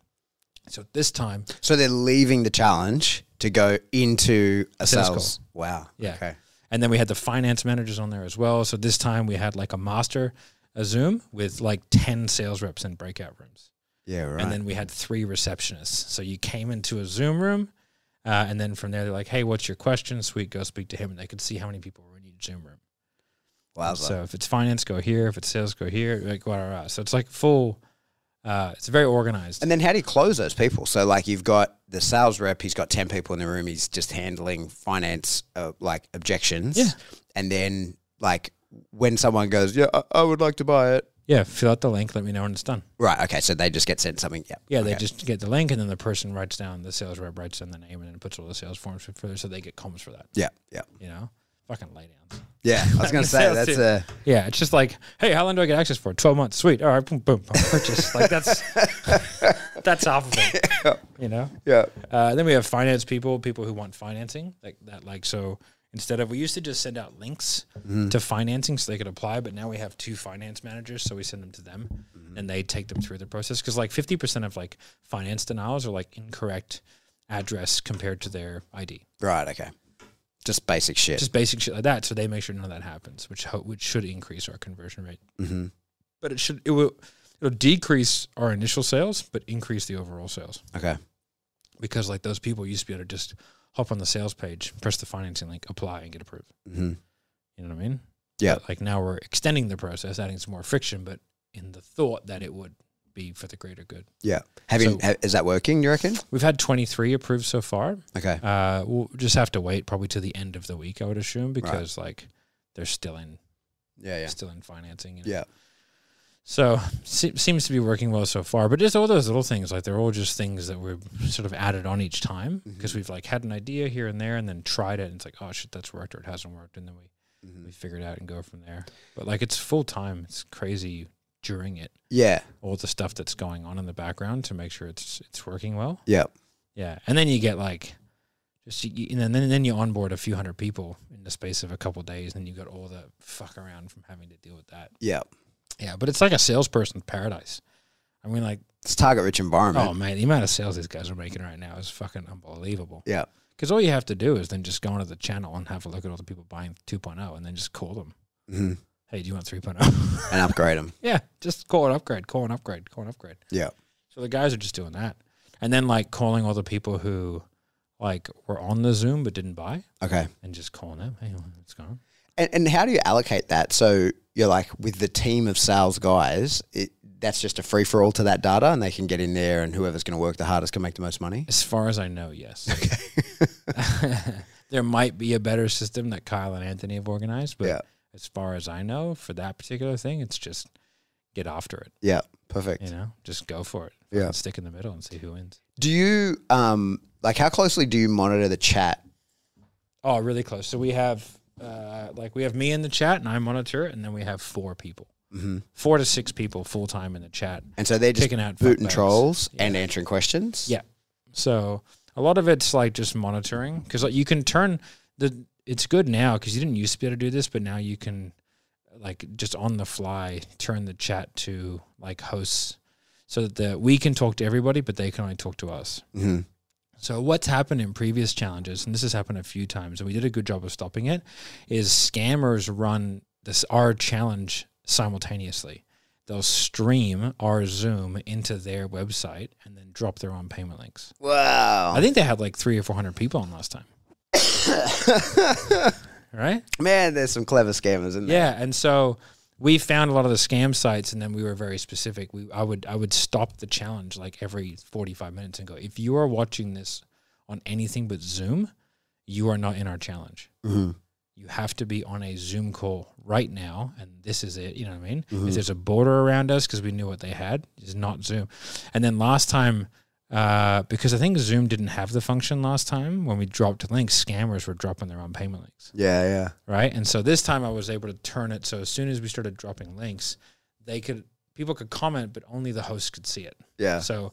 Speaker 1: So this time,
Speaker 2: So they're leaving the challenge to go into a
Speaker 1: Sales
Speaker 2: sales.
Speaker 1: call.
Speaker 2: Wow.
Speaker 1: Yeah.
Speaker 2: Okay.
Speaker 1: And then we had the finance managers on there as well. So this time we had like a master, a Zoom with like 10 sales reps in breakout rooms.
Speaker 2: Yeah, right.
Speaker 1: and then we had three receptionists. So you came into a Zoom room, uh, and then from there they're like, "Hey, what's your question?" Sweet, go speak to him, and they could see how many people were in each Zoom room.
Speaker 2: Wowza.
Speaker 1: So if it's finance, go here. If it's sales, go here. Like what are So it's like full. Uh, it's very organized.
Speaker 2: And then how do you close those people? So like you've got the sales rep, he's got ten people in the room, he's just handling finance uh, like objections.
Speaker 1: Yeah.
Speaker 2: And then like when someone goes, yeah, I, I would like to buy it.
Speaker 1: yeah, fill out the link. Let me know when it's done.
Speaker 2: Right. Okay. So they just get sent something. Yeah.
Speaker 1: Yeah, they
Speaker 2: okay.
Speaker 1: just get the link, and then the person writes down the sales rep writes down the name, and then puts all the sales forms for further, so they get comms for that.
Speaker 2: Yeah. Yeah.
Speaker 1: You know, fucking lay down.
Speaker 2: Yeah. I was gonna say
Speaker 1: Sales
Speaker 2: that's
Speaker 1: team.
Speaker 2: a
Speaker 1: Yeah, it's just like, hey, how long do I get access for? Twelve months. Sweet. All right, boom, boom, boom purchase. like that's that's half of it. You know.
Speaker 2: yeah.
Speaker 1: Uh, then we have finance people, people who want financing, like that. Like so, instead of we used to just send out links to financing so they could apply, but now we have two finance managers, so we send them to them, and they take them through the process because like 50% of like finance denials are like incorrect address compared to their ID.
Speaker 2: Right. Okay. Just basic shit.
Speaker 1: Just basic shit like that. So they make sure none of that happens, which ho- which should increase our conversion rate.
Speaker 2: mm-hmm.
Speaker 1: But it should it will it'll decrease our initial sales, but increase the overall sales
Speaker 2: Okay.
Speaker 1: because like those people used to be able to just hop on the sales page, press the financing link, apply, and get approved.
Speaker 2: Mm-hmm.
Speaker 1: You know what I mean?
Speaker 2: Yeah.
Speaker 1: But, like now we're extending the process, adding some more friction, but in the thought that it would be for the greater good.
Speaker 2: Yeah. Have you?
Speaker 1: So-
Speaker 2: ha- is that working? You reckon?
Speaker 1: We've had 23 approved so far.
Speaker 2: Okay.
Speaker 1: Uh, we'll just have to wait probably to the end of the week, I would assume, because like they're still in
Speaker 2: Yeah. Yeah.
Speaker 1: still in financing. and-
Speaker 2: Yeah.
Speaker 1: So se- seems to be working well so far, but just all those little things, like they're all just things that we've sort of added on each time
Speaker 2: Mm-hmm.
Speaker 1: because we've like had an idea here and there and then tried it and it's like, oh shit, that's worked or it hasn't worked, and then we
Speaker 2: Mhm.
Speaker 1: we figure it out and go from there. But like it's full time, it's crazy during it,
Speaker 2: Yeah.
Speaker 1: all the stuff that's going on in the background to make sure it's it's working well.
Speaker 2: Yeah.
Speaker 1: Yeah, and then you get like, just you- you, and then then you onboard a few hundred people in the space of a couple of days, and you got all the fuck around from having to deal with that.
Speaker 2: Yeah.
Speaker 1: Yeah, but it's like a salesperson's paradise. I mean, like,
Speaker 2: It's target rich environment.
Speaker 1: oh man, the amount of sales these guys are making right now is fucking unbelievable.
Speaker 2: Yeah.
Speaker 1: Because all you have to do is then just go onto the channel and have a look at all the people buying 2.0, and then just call them.
Speaker 2: Mm-hmm.
Speaker 1: Hey, do you want 3.0?
Speaker 2: And upgrade them.
Speaker 1: yeah, just call an upgrade, call an upgrade, call an upgrade.
Speaker 2: Yeah.
Speaker 1: So the guys are just doing that, and then like calling all the people who, like, were on the Zoom but didn't buy.
Speaker 2: Okay.
Speaker 1: and just calling them. Hey, what's going on?
Speaker 2: And, and how do you allocate that? So you're like with the team of sales guys, it, that's just a free for all to that data, and they can get in there, and whoever's going to work the hardest can make the most money.
Speaker 1: As far as I know, yes. there might be a better system that Kyle and Anthony have organized, but
Speaker 2: Yeah.
Speaker 1: as far as I know, for that particular thing, it's just get after it.
Speaker 2: Yeah, perfect.
Speaker 1: You know, just go for it.
Speaker 2: Yeah.
Speaker 1: Fucking stick in the middle and see who wins.
Speaker 2: Do you um like how closely do you monitor the chat?
Speaker 1: Oh, really close. So we have uh, like we have me in the chat and I monitor it, and then we have four people,
Speaker 2: Mm-hmm.
Speaker 1: four to six people full time in the chat,
Speaker 2: And so they're just
Speaker 1: picking out
Speaker 2: booting
Speaker 1: fuckbags.
Speaker 2: trolls and answering questions.
Speaker 1: Yeah. So a lot of it's like just monitoring because like you can turn the. It's good now because you didn't used to be able to do this, but now you can like just on the fly turn the chat to like hosts so that the, we can talk to everybody, but they can only talk to us.
Speaker 2: Mm-hmm.
Speaker 1: So what's happened in previous challenges, and this has happened a few times, and we did a good job of stopping it, is scammers run this our challenge simultaneously. They'll stream our Zoom into their website and then drop their own payment links.
Speaker 2: Wow,
Speaker 1: I think they had like three or four hundred people on last time, right?
Speaker 2: man, there's some clever scammers in there.
Speaker 1: Yeah, and so we found a lot of the scam sites, and then we were very specific. We I would I would stop the challenge like every forty five minutes and go, if you are watching this on anything but Zoom, you are not in our challenge.
Speaker 2: Mhm.
Speaker 1: You have to be on a Zoom call right now, and this is it. You know what I mean? If there's a border around us, because we knew what they had, is not Zoom. And then last time, uh, because I think Zoom didn't have the function last time when we dropped links, scammers were dropping their own payment links
Speaker 2: yeah, yeah.
Speaker 1: right? And so this time I was able to turn it so as soon as we started dropping links, they could people could comment, but only the host could see it.
Speaker 2: yeah.
Speaker 1: So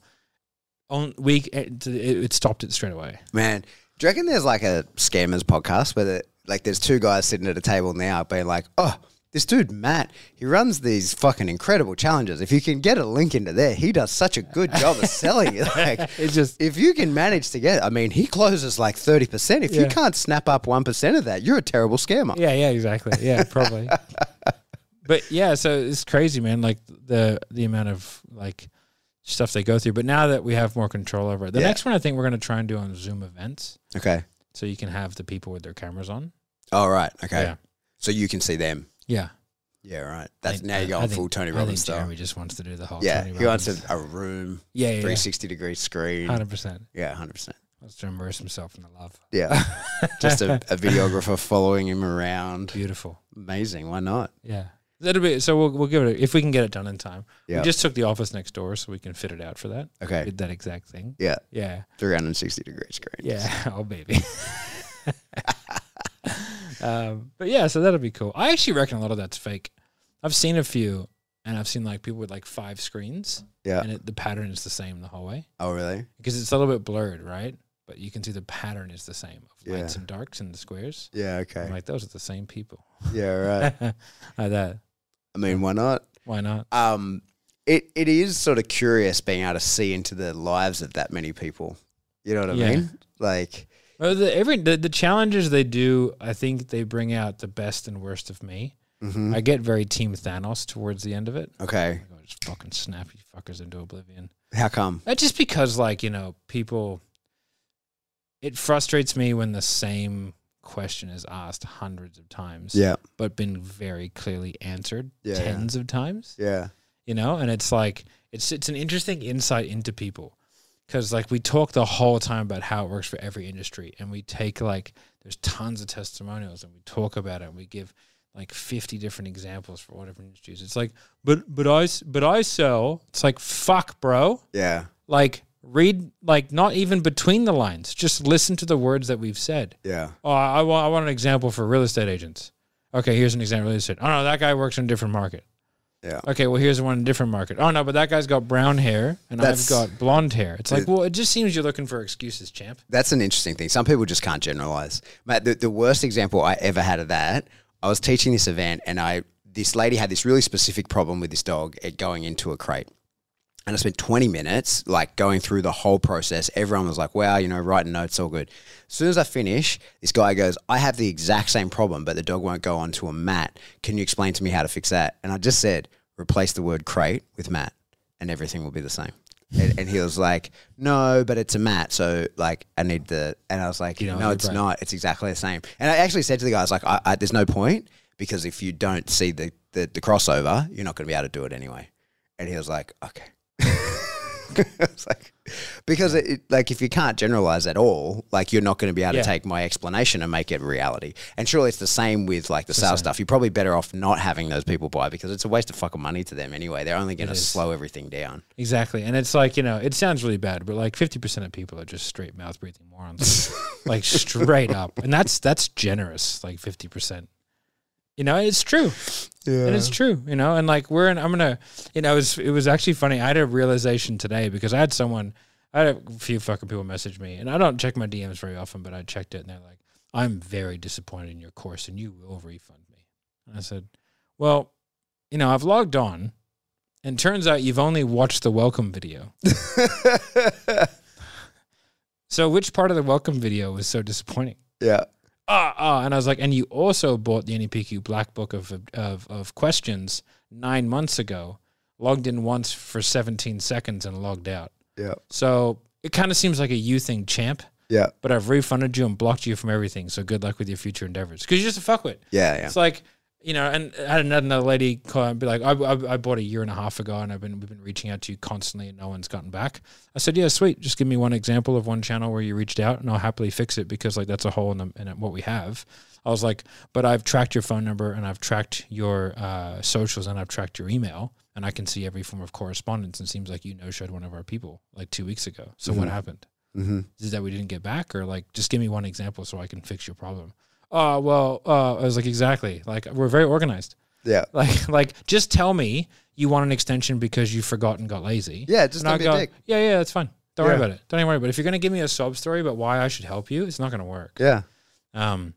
Speaker 1: on we it, it stopped it straight away.
Speaker 2: Man, do you reckon there's like a scammers podcast where the, like there's two guys sitting at a table now being like, oh, this dude Matt, he runs these fucking incredible challenges. If you can get a link into there, he does such a good job of selling it. Like,
Speaker 1: It's just
Speaker 2: if you can manage to get, I mean, he closes like thirty percent. If you
Speaker 1: Yeah.
Speaker 2: can't snap up one percent of that, you're a terrible scammer.
Speaker 1: yeah, yeah, exactly, yeah, probably. but yeah, so it's crazy, man. Like the the amount of like stuff they go through. But now that we have more control over it, the
Speaker 2: Yeah.
Speaker 1: next one I think we're gonna try and do on Zoom events,
Speaker 2: Okay.
Speaker 1: so you can have the people with their cameras on.
Speaker 2: All right. Okay.
Speaker 1: Yeah,
Speaker 2: So you can see them.
Speaker 1: yeah.
Speaker 2: Yeah. Right. That's
Speaker 1: I-
Speaker 2: now you're
Speaker 1: I
Speaker 2: going
Speaker 1: think-
Speaker 2: full Tony
Speaker 1: I
Speaker 2: Robbins
Speaker 1: think
Speaker 2: style.
Speaker 1: Jeremy just wants to do the whole.
Speaker 2: Yeah.
Speaker 1: Tony
Speaker 2: He wants
Speaker 1: Robbins.
Speaker 2: a, a room,
Speaker 1: Yeah, yeah,
Speaker 2: three
Speaker 1: yeah.
Speaker 2: sixty degree screen.
Speaker 1: Hundred percent.
Speaker 2: Yeah, hundred percent.
Speaker 1: Let's to immerse himself in the love.
Speaker 2: Yeah. Just a, a videographer following him around.
Speaker 1: Beautiful.
Speaker 2: Amazing. Why not?
Speaker 1: Yeah. That'll be so. We'll, we'll give it a, if we can get it done in time.
Speaker 2: Yeah.
Speaker 1: We just took the office next door, so we can fit it out for that.
Speaker 2: Okay.
Speaker 1: Did that exact thing.
Speaker 2: Yeah.
Speaker 1: Yeah.
Speaker 2: 360 degree screen.
Speaker 1: Yeah. Oh baby. um, but yeah, so that'll be cool. I actually reckon a lot of that's fake. I've seen a few, and I've seen like people with like five screens,
Speaker 2: Yeah.
Speaker 1: and it, the pattern is the same the whole way
Speaker 2: Oh, really?
Speaker 1: because it's a little bit blurred, right? But you can see the pattern is the same of lights
Speaker 2: Yeah.
Speaker 1: and darks and the squares.
Speaker 2: Yeah.
Speaker 1: I'm
Speaker 2: Okay.
Speaker 1: like those are the same people.
Speaker 2: Yeah. Right.
Speaker 1: like that.
Speaker 2: I mean, why not?
Speaker 1: Why not?
Speaker 2: Um, it, it is sort of curious being able to see into the lives of that many people. You know what I
Speaker 1: Yeah.
Speaker 2: mean? Like,
Speaker 1: Well, the, every the, the challenges they do, I think they bring out the best and worst of me.
Speaker 2: mhm.
Speaker 1: I get very Team Thanos towards the end of it.
Speaker 2: okay,
Speaker 1: Like, I just fucking snap you fuckers into oblivion.
Speaker 2: how come?
Speaker 1: Uh, just because, like, you know, people, it frustrates me when the same question is asked hundreds of times,
Speaker 2: Yeah,
Speaker 1: but been very clearly answered
Speaker 2: Yeah, yeah.
Speaker 1: tens of times,
Speaker 2: yeah,
Speaker 1: you know? And it's like, it's, it's an interesting insight into people. Cause like we talk the whole time about how it works for every industry and we take like, there's tons of testimonials and we talk about it and we give like 50 different examples for all different industries. It's like, but, but I, s- but I sell, it's like, fuck bro
Speaker 2: yeah,
Speaker 1: like read like not even between the lines just listen to the words that we've said
Speaker 2: yeah,
Speaker 1: oh i, I want, I want an example for real estate agents okay here's an example real estate oh no that guy works in a different market
Speaker 2: yeah.
Speaker 1: okay well here's one in a different market oh no but that guy's got brown hair and
Speaker 2: That's-
Speaker 1: i've got blonde hair it's like well it just seems you're looking for excuses champ
Speaker 2: That's an interesting thing. Some people just can't generalize. Mate, the, the worst example I ever had of that, I was teaching this event and I this lady had this really specific problem with this dog it going into a crate. And I spent 20 minutes like going through the whole process. Everyone was like, wow, you know, writing notes, all good. As soon as I finish, this guy goes, I have the exact same problem, but the dog won't go onto a mat. Can you explain to me how to fix that? And I just said, replace the word crate with mat and everything will be the same. And, and he was like, no, but it's a mat. So like, I need the, and I was like,
Speaker 1: know,
Speaker 2: no,
Speaker 1: you're
Speaker 2: it's
Speaker 1: right.
Speaker 2: not. It's exactly the same. And I actually said to the guy, I was like, I, I, there's no point because if you don't see the, the, the crossover, you're not going to be able to do it anyway. And he was like, okay. it's like because it, it- like if you can't generalize at all, like you're not going to be able
Speaker 1: Yeah.
Speaker 2: to take my explanation and make it reality. And surely it's the same with like the sales stuff. You're probably better off not having those people buy because it's a waste of fucking money to them anyway. They're only going to
Speaker 1: is.
Speaker 2: slow everything down.
Speaker 1: Exactly. And it's like, you know, it sounds really bad, but like 50% of people are just straight mouth breathing morons. like straight up. And that's that's generous, like 50%. You know, it's true. And it's true, you know, and like we're in I'm going to you know, it was it was actually funny. I had a realization today because I had someone I had a few fucking people message me and I don't check my DMs very often, but I checked it and they're like, "I'm very disappointed in your course and you will refund me." And I said, "Well, you know, I've logged on and turns out you've only watched the welcome video. So which part of the welcome video was so disappointing?
Speaker 2: yeah,
Speaker 1: Ah, ah. And I was like, and you also bought the NEPQ Black Book of, of, of questions nine months ago, logged in once for 17 seconds and logged out.
Speaker 2: yeah,
Speaker 1: So it kind of seems like a you thing, champ,
Speaker 2: yeah,
Speaker 1: but I've refunded you and blocked you from everything. So good luck with your future endeavors. Because you're just a fuckwit.
Speaker 2: yeah, yeah.
Speaker 1: It's like you know, and I had another lady call and be like, I, I, I bought a year and a half ago, and I've been we've been reaching out to you constantly, and no one's gotten back. I said, yeah, sweet. Just give me one example of one channel where you reached out, and I'll happily fix it because like that's a hole in the, in what we have. I was like, but I've tracked your phone number, and I've tracked your uh, socials, and I've tracked your email, and I can see every form of correspondence. And it seems like you no showed one of our people like two weeks ago. So what happened?
Speaker 2: Mm-hmm.
Speaker 1: is that we didn't get back or like just give me one example so i can fix your problem oh well uh, i was like exactly like we're very organized
Speaker 2: Yeah,
Speaker 1: like like just tell me you want an extension because you forgot and got lazy
Speaker 2: yeah. Just
Speaker 1: And I'll
Speaker 2: don't be
Speaker 1: go,
Speaker 2: a dick.
Speaker 1: yeah yeah that's fine don't worry
Speaker 2: Yeah.
Speaker 1: about it don't even worry about it if you're going to give me a sob story about why i should help you it's not going to work
Speaker 2: Yeah,
Speaker 1: um,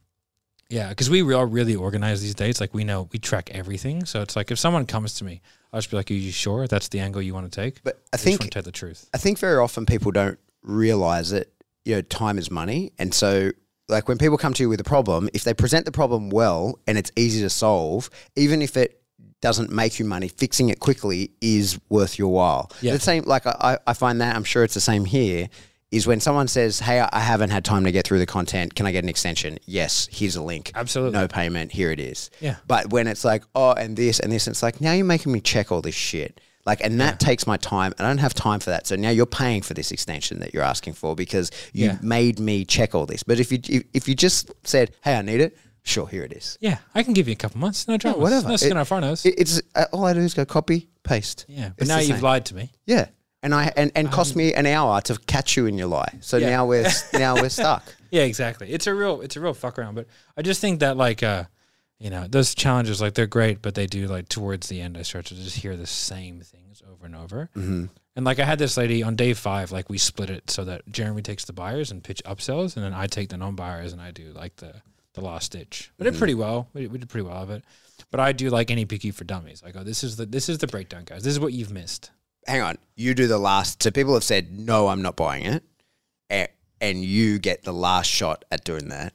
Speaker 1: yeah, because we are really organized these days. Like we know we track everything, so it's like if someone comes to me, I'll just be like, "Are you sure that's the angle you want to take?"
Speaker 2: but
Speaker 1: I
Speaker 2: I
Speaker 1: just
Speaker 2: think
Speaker 1: want to tell the truth.
Speaker 2: I think very often people don't realize that you know time is money, and so like when people come to you with a problem, if they present the problem well and it's easy to solve, even if it doesn't make you money, fixing it quickly is worth your while.
Speaker 1: Yeah.
Speaker 2: The same, like I, I I find that I'm sure it's the same here. Is when someone says, "Hey, I I haven't had time to get through the content. Can I get an extension?" Yes, here's a link.
Speaker 1: Absolutely.
Speaker 2: No payment. Here it is.
Speaker 1: Yeah.
Speaker 2: But when it's like, oh, and this and this, and it's like, now you're making me check all this shit. Like, and that takes my time. and I don't have time for that. So now you're paying for this extension that you're asking for because you
Speaker 1: Yeah.
Speaker 2: made me check all this. But if you if, if you just said, hey, I need it, sure, here it is.
Speaker 1: Yeah, I can give you a couple months. No dramas.
Speaker 2: whatever.
Speaker 1: No skin
Speaker 2: It-
Speaker 1: off our nose.
Speaker 2: It, it's uh, all I do is go copy, paste.
Speaker 1: Yeah, but
Speaker 2: It's
Speaker 1: now
Speaker 2: the
Speaker 1: you've
Speaker 2: same.
Speaker 1: lied to me.
Speaker 2: yeah. And I and, and cost me an hour to catch you in your lie. So
Speaker 1: Yeah.
Speaker 2: now we're now we're stuck.
Speaker 1: Yeah, exactly. It's a real it's a real fuck around. But I just think that like uh, you know, those challenges like they're great, but they do like towards the end I start to just hear the same things over and over. Mm-hmm. And like I had this lady on day five, like we split it so that Jeremy takes the buyers and pitch upsells, and
Speaker 2: Mm-hmm.
Speaker 1: then I take the non buyers and I do like the the last stitch. We did pretty well. We did, we did pretty well of it. But I do like any picky for dummies. I go, this is the this is the breakdown, guys. This is what you've missed.
Speaker 2: Hang on, you do the last. So people have said, no, I'm not buying it, and, and you get the last shot at doing that.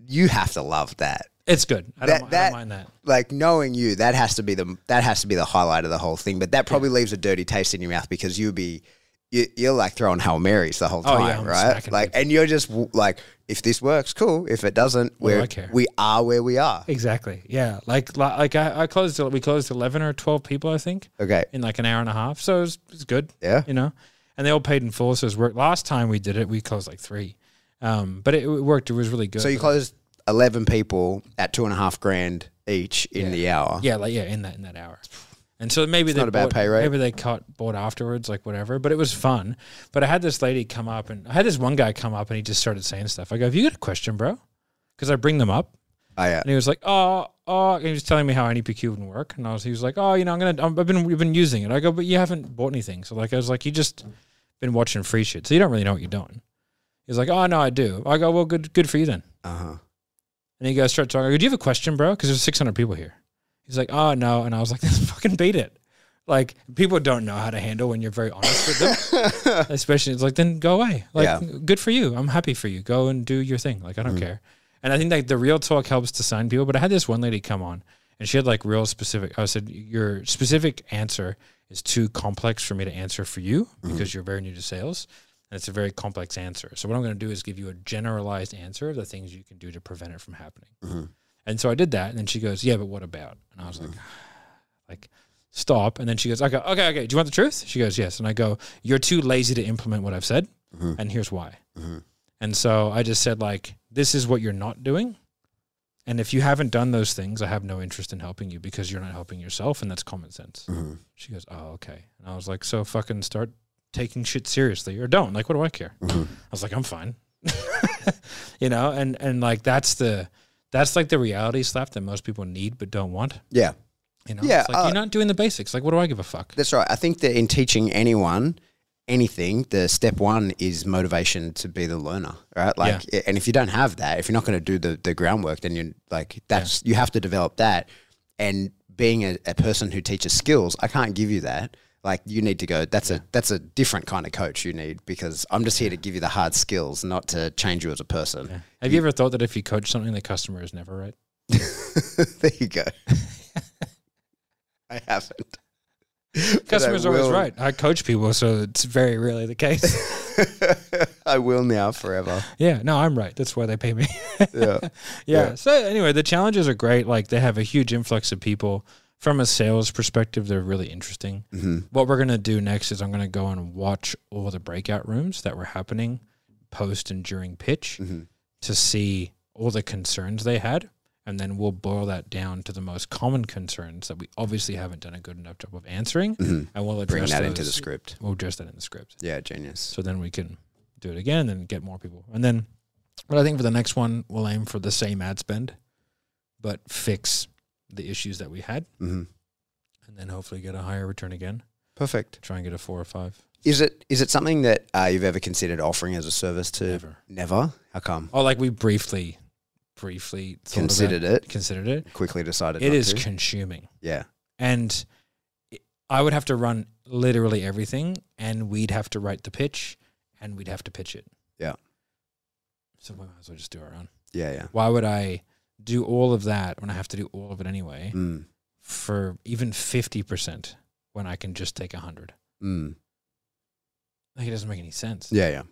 Speaker 2: You have to love that.
Speaker 1: It's good. I don't,
Speaker 2: That-
Speaker 1: mi- I
Speaker 2: that-
Speaker 1: don't mind that.
Speaker 2: Like knowing you, that has to be the that has to be the highlight of the whole thing. But that probably leaves a dirty taste in your mouth because you'd be you, you're like throwing hail marys the whole
Speaker 1: Oh,
Speaker 2: time,
Speaker 1: yeah, I'm
Speaker 2: right?
Speaker 1: smacking
Speaker 2: Like, and you're just w- like, if this works, cool. If it doesn't,
Speaker 1: do
Speaker 2: we're
Speaker 1: I care?
Speaker 2: we are where we are.
Speaker 1: Exactly. Yeah. Like like, like I, I closed. We closed eleven or twelve people, I think,
Speaker 2: Okay,
Speaker 1: in like an hour and a half. So it was, it was good.
Speaker 2: yeah.
Speaker 1: You know, and they all paid in full. So it was work. Last time we did it, we closed like three. Um, but it, it worked. It was really good.
Speaker 2: So you closed eleven people at two and a half grand each in the hour.
Speaker 1: Yeah, like yeah, in that in that hour. And so maybe they
Speaker 2: not a bad
Speaker 1: bought-
Speaker 2: pay rate.
Speaker 1: Maybe they caught bought afterwards, like whatever. But it was fun. But I had this lady come up, and I had this one guy come up, and he just started saying stuff. I go, "Have you got a question, bro?" Because I bring them up,
Speaker 2: Oh, yeah.
Speaker 1: and he was like, "Oh, oh," and he was telling me how NEPQ wouldn't work, and I was, he was like, "Oh, you know, I'm gonna, I'm, I've been, we've been using it." I go, "But you haven't bought anything." So like, I was like, "You just been watching free shit, so you don't really know what you're doing." He's like, "Oh no, I do." I go, "Well, good, good for you then."
Speaker 2: Uh huh.
Speaker 1: And he goes, start talking. I go, Do you have a question, bro? Because there's 600 people here. He's like, Oh, no. And I was like, Let's fucking beat it. Like, people don't know how to handle when you're very honest with them. Especially, it's like, Then go away. Like,
Speaker 2: Yeah.
Speaker 1: good for you. I'm happy for you. Go and do your thing. Like, I don't care. And I think like the real talk helps to sign people. But I had this one lady come on and she had like real specific. I said, Your specific answer is too complex for me to answer for you because you're very new to sales. And it's a very complex answer. So, what I'm going to do is give you a generalized answer of the things you can do to prevent it from happening. And so I did that. And then she goes, Yeah, but what about? And I was like, like, stop. And then she goes, Okay, okay, okay. Do you want the truth? She goes, Yes. And I go, You're too lazy to implement what I've said. And here's why. And so I just said, like, this is what you're not doing. And if you haven't done those things, I have no interest in helping you because you're not helping yourself, and that's common sense. She goes, "Oh, okay." And I was like, "So fucking start taking shit seriously, or don't. Like, what do I care?"
Speaker 2: Mm-hmm.
Speaker 1: I was like, "I'm fine," you know. And and like that's the that's like the reality slap that most people need but don't want.
Speaker 2: Yeah.
Speaker 1: You know,
Speaker 2: Yeah,
Speaker 1: it's like
Speaker 2: uh,
Speaker 1: you're not doing the basics. Like, what do I give a fuck?
Speaker 2: That's right. I think that in teaching anyone anything, the step one is motivation to be the learner, right? Like, and if you don't have that, if you're not going to do the, the groundwork, then you're like, that's, you have to develop that. And being a, a person who teaches skills, I can't give you that. Like you need to go. That's a that's a different kind of coach you need because I'm just here to give you the hard skills, not to change you as a person.
Speaker 1: Have you ever thought that if you coach something, the customer is never right?
Speaker 2: there you go. I haven't.
Speaker 1: Customer's always
Speaker 2: will.
Speaker 1: right. I coach people, so it's very rarely the case.
Speaker 2: I will now forever.
Speaker 1: yeah, no, I'm right. That's why they pay me.
Speaker 2: Yeah.
Speaker 1: yeah.
Speaker 2: Yeah.
Speaker 1: So anyway, the challenges are great. Like they have a huge influx of people. From a sales perspective, they're really interesting.
Speaker 2: Mm-hmm.
Speaker 1: What we're gonna do next is I'm gonna go and watch all the breakout rooms that were happening post and during pitch
Speaker 2: Mm-hmm.
Speaker 1: to see all the concerns they had. And then we'll boil that down to the most common concerns that we obviously haven't done a good enough job of answering. And we'll address
Speaker 2: Mm-hmm. Bring that
Speaker 1: those.
Speaker 2: into the script.
Speaker 1: We'll address that in the script.
Speaker 2: Yeah, genius.
Speaker 1: So then we can do it again and get more people. And then, but I think for the next one, we'll aim for the same ad spend, but fix the issues that we had,
Speaker 2: Mm-hmm.
Speaker 1: and then hopefully get a higher return again.
Speaker 2: Perfect.
Speaker 1: Try and get a four or five.
Speaker 2: Is it is it something that uh, you've ever considered offering as a service to?
Speaker 1: Never.
Speaker 2: Never? How come?
Speaker 1: Oh, like we briefly, briefly thought of that-
Speaker 2: Considered it.
Speaker 1: Considered it.
Speaker 2: Quickly decided.
Speaker 1: It
Speaker 2: not
Speaker 1: is
Speaker 2: to?
Speaker 1: consuming,
Speaker 2: Yeah.
Speaker 1: and it- I would have to run literally everything, and we'd have to write the pitch, and we'd have to pitch it.
Speaker 2: Yeah.
Speaker 1: So we might as well just do our own.
Speaker 2: Yeah. Yeah.
Speaker 1: why would I do all of that when I have to do all of it anyway
Speaker 2: Mm.
Speaker 1: for even 50% when I can just take 100?
Speaker 2: Mm.
Speaker 1: Like, it doesn't make any sense.
Speaker 2: Yeah. Yeah.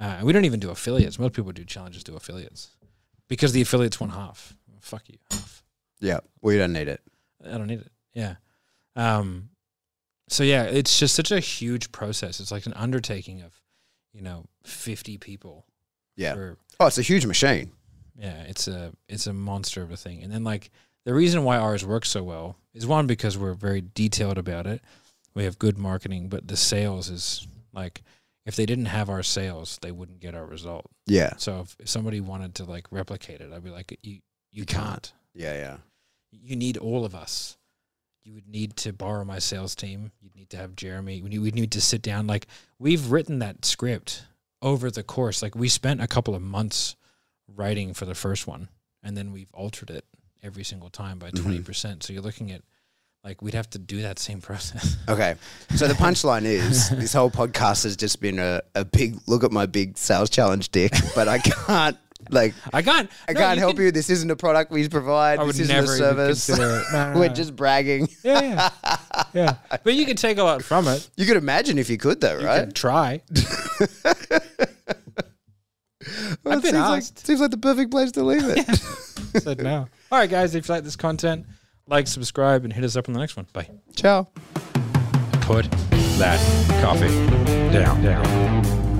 Speaker 1: Uh, and we don't even do affiliates. Most people do challenges, do affiliates because the affiliates one half. Fuck you. Half.
Speaker 2: Yeah. We don't need it.
Speaker 1: I don't need it. Yeah. Um, so, yeah, it's just such a huge process. It's like an undertaking of, you know, 50 people.
Speaker 2: Yeah.
Speaker 1: for
Speaker 2: Oh, it's a huge machine.
Speaker 1: Yeah, it's a it's a monster of a thing. And then like the reason why ours works so well is one because we're very detailed about it. We have good marketing, but the sales is like if they didn't have our sales, they wouldn't get our result.
Speaker 2: Yeah.
Speaker 1: So if, if somebody wanted to like replicate it, I'd be like, you you
Speaker 2: You
Speaker 1: can't.
Speaker 2: can't. Yeah. Yeah.
Speaker 1: You need all of us. You would need to borrow my sales team. You'd need to have Jeremy. We need, we need to sit down. Like we've written that script over the course. Like we spent a couple of months writing for the first one and then we've altered it every single time by
Speaker 2: Mm-hmm.
Speaker 1: 20%. percent So you're looking at like we'd have to do that same process.
Speaker 2: Okay. So the punchline is this whole podcast has just been a, a big look at my big sales challenge dick, but I can't like
Speaker 1: I can't
Speaker 2: I can't help you. This isn't a product we provide.
Speaker 1: I would
Speaker 2: this isn't
Speaker 1: never
Speaker 2: a
Speaker 1: even
Speaker 2: service.
Speaker 1: consider it. No, no,
Speaker 2: We're
Speaker 1: no.
Speaker 2: just bragging.
Speaker 1: Yeah, yeah. yeah. But you can take a lot from it.
Speaker 2: You could imagine if you could though,
Speaker 1: You
Speaker 2: right?
Speaker 1: can try.
Speaker 2: Well,
Speaker 1: I've
Speaker 2: it
Speaker 1: been
Speaker 2: seems like,
Speaker 1: asked.
Speaker 2: seems like the perfect place to leave it.
Speaker 1: Said no. All right, guys. If you like this content, like, subscribe, and hit us up on the next one. Bye.
Speaker 2: Ciao.
Speaker 1: Put that coffee down. Down.